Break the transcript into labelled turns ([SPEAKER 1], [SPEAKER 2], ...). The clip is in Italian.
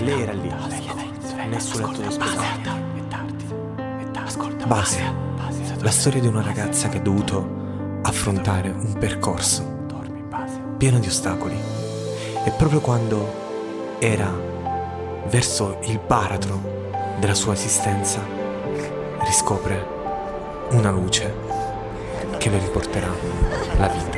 [SPEAKER 1] Lei era lì. Non è sul letto d'ospedale. Basia. La storia di una ragazza che ha dovuto affrontare un percorso pieno di ostacoli. E proprio quando era verso il baratro della sua esistenza, riscopre una luce che le riporterà la vita.